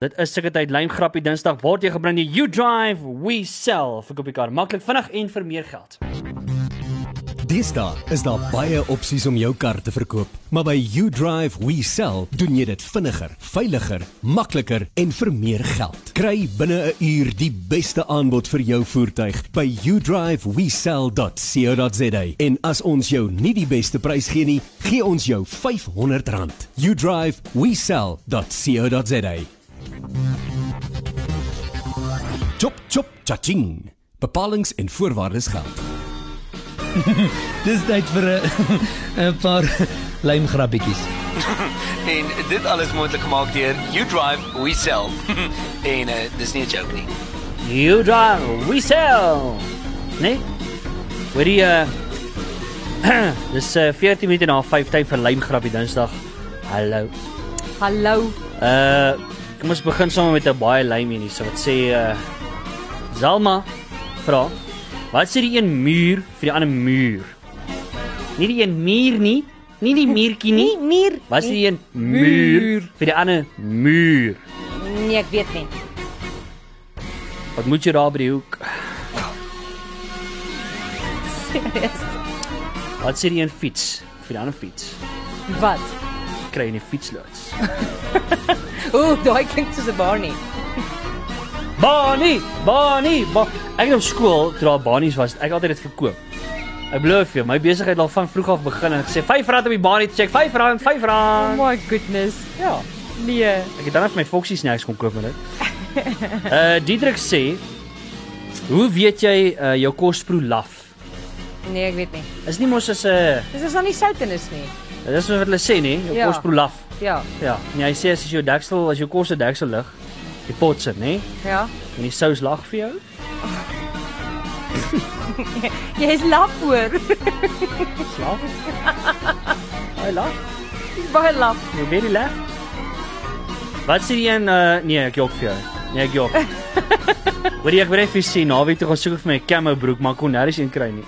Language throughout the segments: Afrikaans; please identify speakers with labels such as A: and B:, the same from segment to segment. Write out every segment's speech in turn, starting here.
A: Dit is seker tyd lyn grappie Dinsdag word jy gebring die You Drive We Sell vir Kopikar. Maklik, vinnig en vir meer geld.
B: Deesdae is daar baie opsies om jou kar te verkoop, maar by YouDrive We Sell doen jy dit vinniger, veiliger, makliker en vir meer geld. Kry binne 'n uur die beste aanbod vir jou voertuig by youdrivewesell.co.za. En as ons jou nie die beste prys gee nie, gee ons jou R500. youdrivewesell.co.za. Chop chop chaching. Bepalings en voorwaardes geld.
C: Dis tyd vir 'n 'n paar lymgrappietjies.
D: En dit alles moontlik gemaak deur You Drive We Sell. en uh, dis nie 'n joke nie.
A: You Drive We Sell. Nee. Wat die uh Dis uh, 14 minute na 5 tyd vir lyn grappie Dinsdag. Hallo.
E: Hallo.
A: Uh kom ons begin sommer met 'n baie lyn een hierso wat sê uh Zalma vra wat sê die een muur vir die ander muur? Nie die een muur nie, nie die muurtjie nie.
E: muur.
A: Wat sê die een muur vir die ander muur?
E: Nee, ek weet nie.
A: Wat moet jy daar by die hoek?
E: Serius.
A: Wat sê die een fiets vir die ander fiets?
E: Wat?
A: Kry jy 'n fietsloods?
E: Ooh, daai klink soos 'n Barney.
A: Bani, Bani, ba ek het op skool toe daar banies was, het ek altyd dit verkoop. Ek belowe vir jou, my besigheid het al van vroeg af begin en ek sê R5 om die banie te check, R5, R5.
E: Oh my goodness.
A: Ja,
E: Nee.
A: ek het dan net my Foxy snacks kom koop met dit. Uh Diedrik sê, "Hoe weet jy uh, jou kosproe laf?"
E: Nee, ek weet nie.
A: Is nie mos as 'n
E: Dis is nog nie sout in is nie.
A: uh, dis wat hulle sê nie, jou
E: Ja.
A: ja. kosproe laf.
E: Ja.
A: Ja, nee, hy sê as jy jou deksel, as jou kos se deksel lig, die pot sit, nê?
E: Ja.
A: En die sous lag vir jou.
E: Jy's laf hoor.
A: Slaap. Hy lag.
E: Baie laf.
A: Jy weet die lag. Wat sê die een uh, nee, ek jok vir jou. Nee, ek jok. Wil jy ek wil net vir jou sien naweek toe gaan soek ek vir my camo broek, maar kon nêrens een kry nie.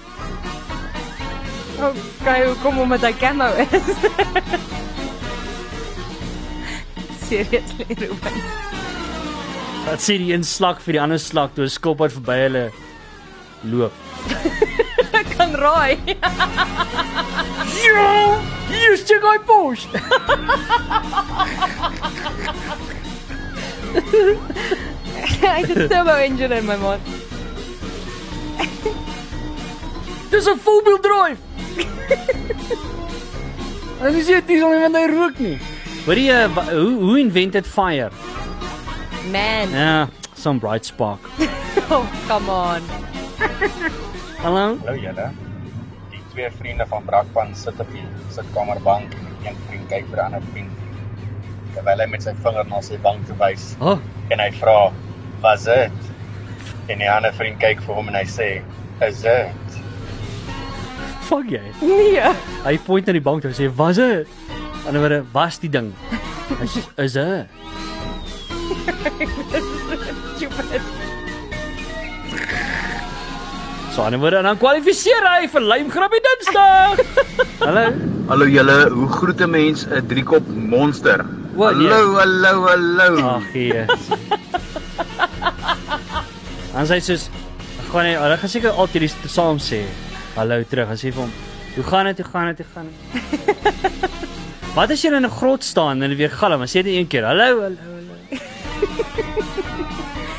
E: Okay, kom om met daai camo is. Seriously, Ruben.
A: Wat sê die een slak vir die ander slak toe 'n skilpad verby hulle loop.
E: Ek kan raai.
A: Jo! Hier steek hy pos.
E: Hy het 'n turbo engine in my maat.
A: Dis 'n four-wheel drive. En dis dit diesel nie want hy rook nie. Wat die uh, wa- hoe hoe invented fire?
E: Man.
A: Ja, some bright spark.
E: Oh, come on.
A: Hallo.
F: Hallo julle. Die twee vriende van Brakpan sit op die sitkamerbank en die een vriend kyk vir 'n ander vriend terwyl hy met sy vinger na sy bank wys
A: Oh,
F: en hy vra: "Was dit?" En die ander vriend kyk vir hom en hy sê: "Is dit?"
A: fuck jy.
E: Nee.
A: Hy point na die bank toe en sê, "Was dit?" Anderswoorde, was die ding. Is is dit?
E: Stupid.
A: So anderswoorde, en dan kwalifiseer hy vir lymgrappie Dinsdag. Hallo.
G: Hallo julle, hoe groet 'n mens 'n driekop monster?
A: O, nee.
G: hallo, hallo, hallo.
A: Ag gee. Ons sê soos gaan hy, hulle Oh, gaan seker altyd die s- saam sê. Hallo terug, as jy vir hom, "Hoe gaan dit? Hoe gaan dit? Hoe gaan dit?" Wat as jy in 'n grot staan en weer galm, dan sê jy een keer, "Hallo, hallo." hallo."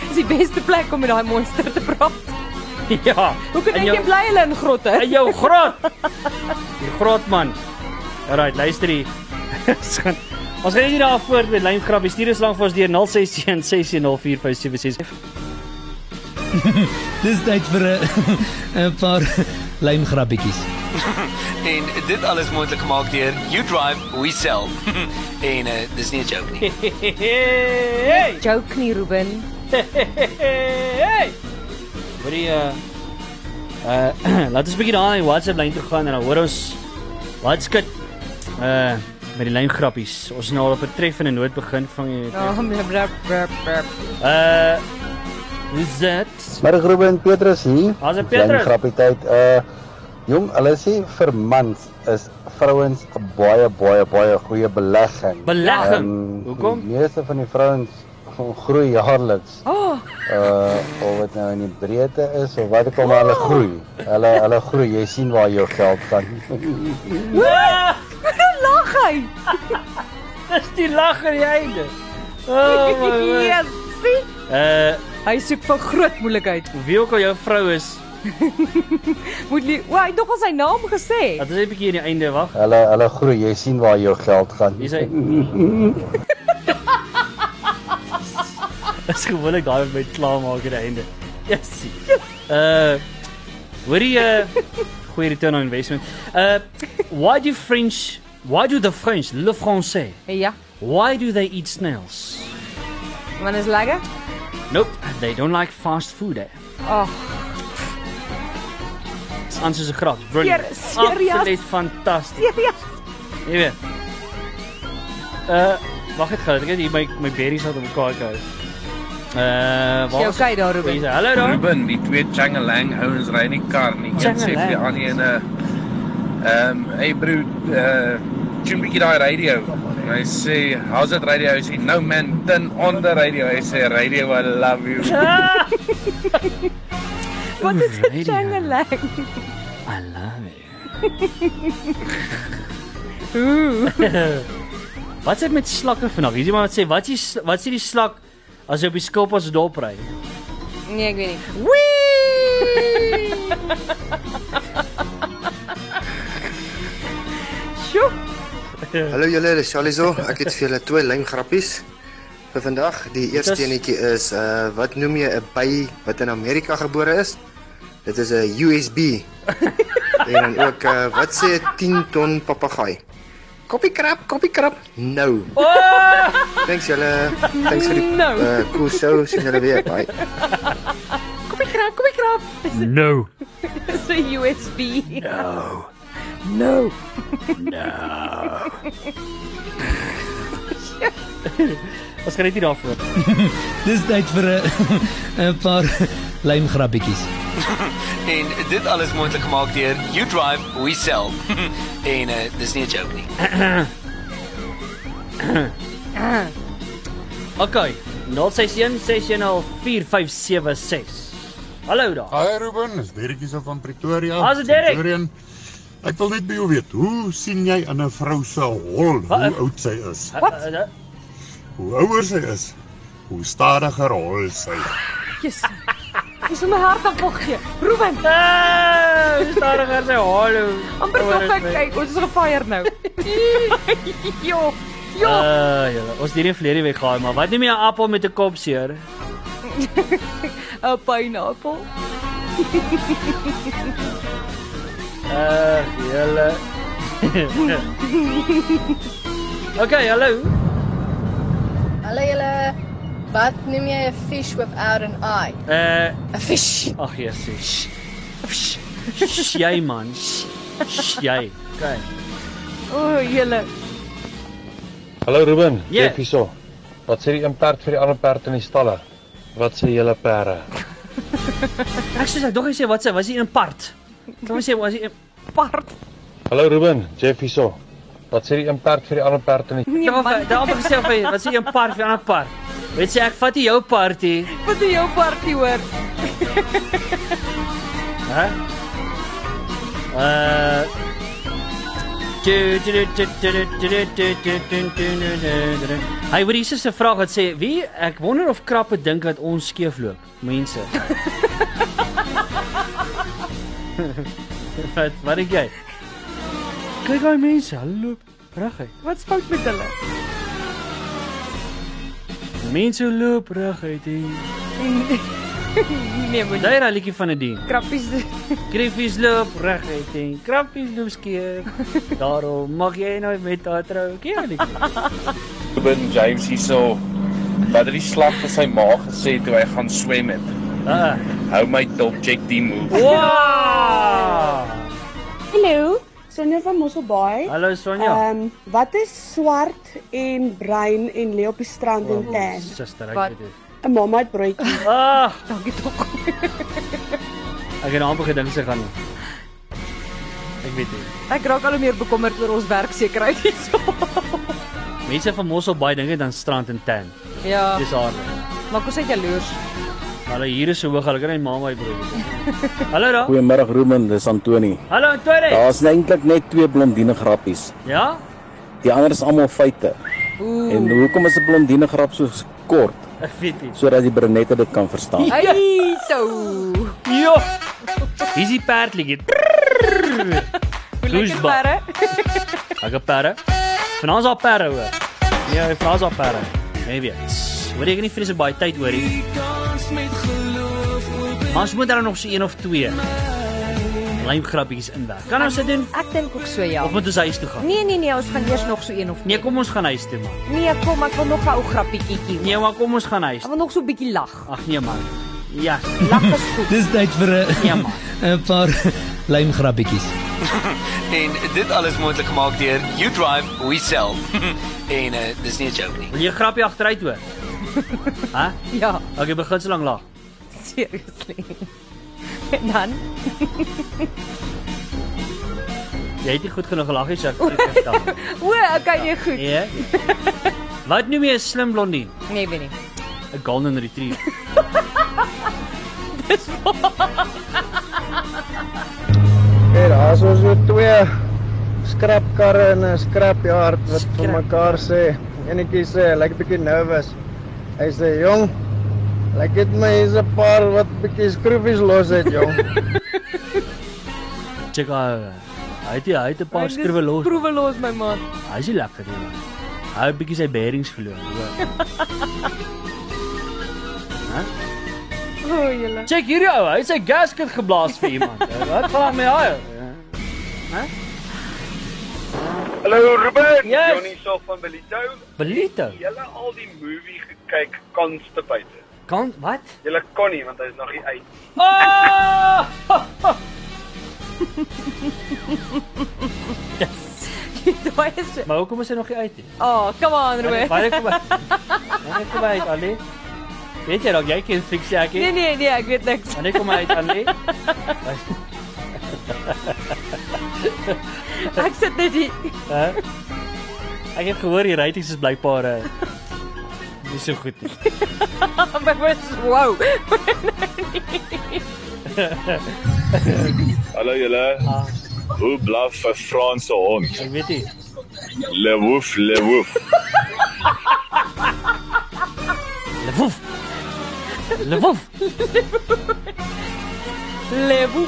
E: Dis die beste plek om met daai monster te praat.
A: Ja.
E: Hoe kan
A: in
E: ek
A: jou-
E: jy bly hulle in grotte?
A: in jou grot. Die grot man. Alraai, luister hier. Ons gaan- Ons gaan net daar voort met lyngrappie. Stuur ons lank vir ons deur 061 6104576.
C: Dis tyd vir 'n 'n paar lymgrappietjies.
D: En dit alles moontlik gemaak deur You Drive We Sell. en uh, dis nie 'n joke nie.
A: Hey,
E: Joke nie, Ruben.
A: hey. Wat die uh uh laat ons 'n bietjie daai WhatsApp lyn toe gaan en dan hoor ons wat's skit uh met die lyngrappies. Ons is nou al op 'n treffende noot begin van jy.
E: Oh, blab, blab, blab, blab.
A: Uh Who's that?
H: Maar Ruben Petrus hier.
A: Haas en Petrus.
H: Klein Grappie tyd. Uh jong, hulle sê vir mans is vrouens 'n baie baie baie goeie belegging.
A: Belegging.
H: Ehm,
A: Hoekom?
H: Die meeste van die vrouens groei jaarliks.
E: Oh,
H: Uh of dit nou in die breedte is of wat ook al maar hulle groei. Hulle hulle groei. Jy sien waar jou geld gaan.
E: begin lag hy.
A: Dis die lag aan die einde. Oh my word.
E: Yes, sien?
A: Uh
E: Hy soek vir groot moeilikheid.
A: wie ook al jou vrou is,
E: Moet lie, o, hy het nog al sy naam gesê.
A: dat is 'n bietjie aan die einde wag.
H: Hulle hulle groei. Jy sien waar jou geld gaan.
A: Wie sê? Dis gewoonlik daai met klaarmaak aan die einde. Yes. Uh hoorie uh goeie return on investment. Uh why do French why do the French le français?
E: Ja,
A: Why do they eat snails?
E: want is lekker.
A: Nope, they don't like fast food. Eh?
E: Ag,
A: Dis aan soos 'n grap. Brilliant.
E: Seer- serieus?
A: Absoluut fantasties.
E: serieus.
A: Jy weet. Uh wag net gou, ek het hier my my berries wat op mekaar gehou. Uh
E: Jy
A: waar? is-
E: okay daar Ruben?
A: Hier is- Hallo daar.
I: Ruben, die twee Changelang ouens ry in die kar nie. Een sê vir die ander een ehm hey bro, uh tune bietjie daai radio. En hy sê, "How's that radio?" Hy sê, "No man, turn on the radio." Hy sê, "Radio, I love you."
E: Wat is dit
A: Radio.
E: changelang?
A: I love it.
E: Ooh.
A: Wat sê met slakke vandag? Hierdie man wat sê, wat is wat sê die slak as jy op die skilpas dorp ry?
E: Nee, ek weet nie. Wee! Sjoe.
J: Hallo julle, dis Charlie so. Ek het vir julle twee lyn grappies vir vandag. Die eerste
A: Dis-
J: enetjie is uh wat noem jy 'n by wat in Amerika gebore is? Dit is 'n USB. en dan ook uh wat sê 'n 10 ton papegaai? Koppie krap, koppie krap. Nou. Oh! Thanks julle. Thanks vir die
E: Nou.
J: uh cool show. Sien julle weer. Bye.
E: Kom ek krap, kom ek krap.
A: No.
E: Dis 'n USB.
A: Ons gaan net hier daarvoor.
C: Dis tyd vir 'n 'n paar lymgrappietjies.
D: En dit alles moontlik gemaak deur You Drive We Sell. en uh, dis nie 'n joke nie.
A: Okay. 061 610 4576. Hallo daar.
I: Hi Ruben, dis Dirkie se van Pretoria.
A: Haas dit, Dirk?
I: Pretoria. Ek wil net by jou weet, hoe sien jy aan 'n vrou se hol
A: Wat?
I: hoe oud sy is?
A: Wat? Uh, uh,
I: Hoe ouer sy is, hoe stadiger hol sy.
E: Jesus. Dis om my hart aan vol gee. Ruben,
A: Ah, dis daar gaan sy hallo.
E: amper nog ek kyk, ons is gefire nou. jo. Jo.
A: Ja, ja, ons het hierdie vleerie weggehaal, maar wat neem jy 'n appel met 'n kop seer?
E: 'n Pineappel.
A: Ag, julle. Okay, hallo.
E: Hallo julle. Wat noem jy 'n fish without an eye?
A: Uh,
E: 'n Fish.
A: ag Jesus. Jy man. Jy. Okay.
E: O, julle.
H: Hallo Ruben,
A: Ja.
H: ek hierso. Wat sê die een perd vir die ander perd in die stalle? Wat sê julle perde?
A: Ek sê ek dog jy sê wat sê, was hy in part? Kom ons sê was hy in part?
H: Hallo Ruben, Jeff hierso. Wat sê die een perd vir die ander perd in die
A: Ek het al daar amper gesê of hy was hy in part vir 'n ander part. Weet jy ek vat nie jou party,
E: Wat is jou party hoor?
A: hè? Uh Hy wil hierse 'n vraag wat sê, "Wie ek wonder of krappe dink dat ons skeefloop, mense." wat wat dink jy? Kyk daai mense, hulle loop reguit.
E: Wat's fout met hulle?
A: Mense loop reguit hier.
E: Nee, moenie.
A: Daai raai liedjie van 'n ding.
E: Krappies.
A: Griffies loop reguit en krappies loop skeef. Daarom mag jy nooit met haar trou. Kyk net.
I: Ruben James hierso. Wat het die slag vir sy ma gesê toe hy gaan swem het?
A: Ah.
I: Hou my dop, check die move.
A: Wow!
E: Hallo.
J: Sonja van Mosselbaai. Ehm,
A: Hallo Sonja.
J: wat is swart en bruin en lê op die strand
A: Oh, Suster, ek
E: Wat?
A: weet dit.
J: 'n Mamma het broodjie.
A: Ah,
E: Dankie tog.
A: ek het nou amper gedink sy gaan. Ek weet nie.
E: Ek raak al hoe meer bekommerd oor ons werksekerheid hierso.
A: Mense van Mossel Bay dink dit aan strand en tan.
E: Ja.
A: Dis haar.
E: Maak ons net jaloers.
A: Hulle hier is so hoog, hulle kan nie ma my broer. Hallo daar.
K: Goeiemôre Ruben, dis Antoni.
A: Hallo Antoni.
K: Daar's nou eintlik net twee blondine grappies.
A: Ja?
K: Die ander is almal feite.
E: Ooh.
K: En hoekom is 'n blondine grap so kort?
A: Ek weet nie.
K: Sodat die brunette dit kan verstaan.
E: Ai, so.
A: Jo. Dis Ja. die perdliedjie. Lekker
E: perde.
A: Lekker perde. Vanaand is daar perde hoor. Ja, vanaand is daar perde. Nee weet. Hoor jy ek het nie vrees baie tyd hoor nie. Maar ons moet dan nog so een of twee lymgrappies inwerk. Kan ons dit doen?
E: Ek dink ook so ja.
A: Of moet ons huis toe gaan?
E: Nee nee nee, ons gaan eers nog so een of
A: Nee, kom ons gaan huis toe man.
E: Nee, kom, ek wil nog 'n ou grappietjie doen.
A: Nee, maar kom ons gaan huis.
E: Ek wil nog so 'n bietjie lag.
A: Ag nee man. Ja.
E: Lag is goed.
C: Dis tyd vir 'n
A: ja,
C: 'n paar lymgrappietjies.
L: en dit alles moontlik gemaak deur You Drive We Sell. en uh, dis nie 'n joke nie.
A: Wil jy 'n grappie agteruit hoor? Hæ?
E: Ja.
A: Okay, begin so lank lag.
E: Seriously. En dan
A: Jy het nie goed genoeg gelag nie, Jacques. Ek het gelag.
E: O, okay, nee, goed.
A: Nee. Wat noem jy 'n slim blondie?
E: Nee, weet nie.
A: 'n Golden Retriever.
M: Hey, daar's ons so twee skrapkarre en 'n skrapjaard wat vir mekaar sê. Enetjie sê hy lyk bietjie nervous. Hy sê, "Jong, lyk dit my is 'n paar wat bietjie skroefies los het, jong."
A: Check haar. Hy het hy het 'n paar skruwe los.
E: Skroewe los my man.
A: Hy is nie lekker nie. man. Hy het 'n bietjie sy bearings verloor. hoor. Hæ?
E: O, julle.
A: Check hierdie ou, hy het sy gasket geblaas vir iemand. Wat gaan aan met hy? Hæ?
I: Hallo Ruben,
A: Yes.
I: Johnny Sol van Belito.
A: Belito?
I: Julle al die movie gekyk Constipated.
A: Kan wat?
I: Julle kon nie want hy's nog nie uit.
A: Ah!
E: Daai is
A: Maar hoekom is hy nog nie uit nie?
E: Oh, come on, Ruben.
A: Baie kom. Baie kom uit, Ali. Weet jy nog jy kan fix jy
E: Nee
A: ek.
E: nee nee, ek weet niks.
A: Wanneer kom hy uit, Ali?
E: Ek sit net hier.
A: Hæ? Ek het gehoor die ratings is blykbaar eh, nie so goed nie.
E: Maar was wow.
N: Hallo julle. Hoe blaf 'n Franse hond?
A: Ek weet nie.
N: Le woef, le woef.
A: Le woef. Le woef.
E: Lebu.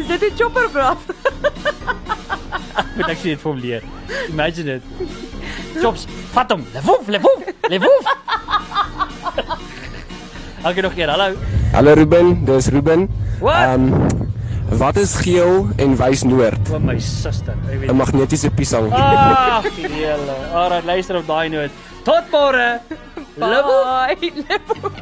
E: Is dit 'n chopper blaf?
A: Moet ek sê dit vir hom leer. Imagine dit. Chops, vat hom. Le woef, le woef, le woef. Ek nog keer. Hallo.
B: Hallo Ruben, dis Ruben.
A: Wat?
B: Um, wat is geel en wys noord?
A: O my suster, ek weet.
B: 'n Magnetiese piesang.
A: Ag, julle. Alraai, luister op daai noot. Tot môre. Bye.
E: Lebu.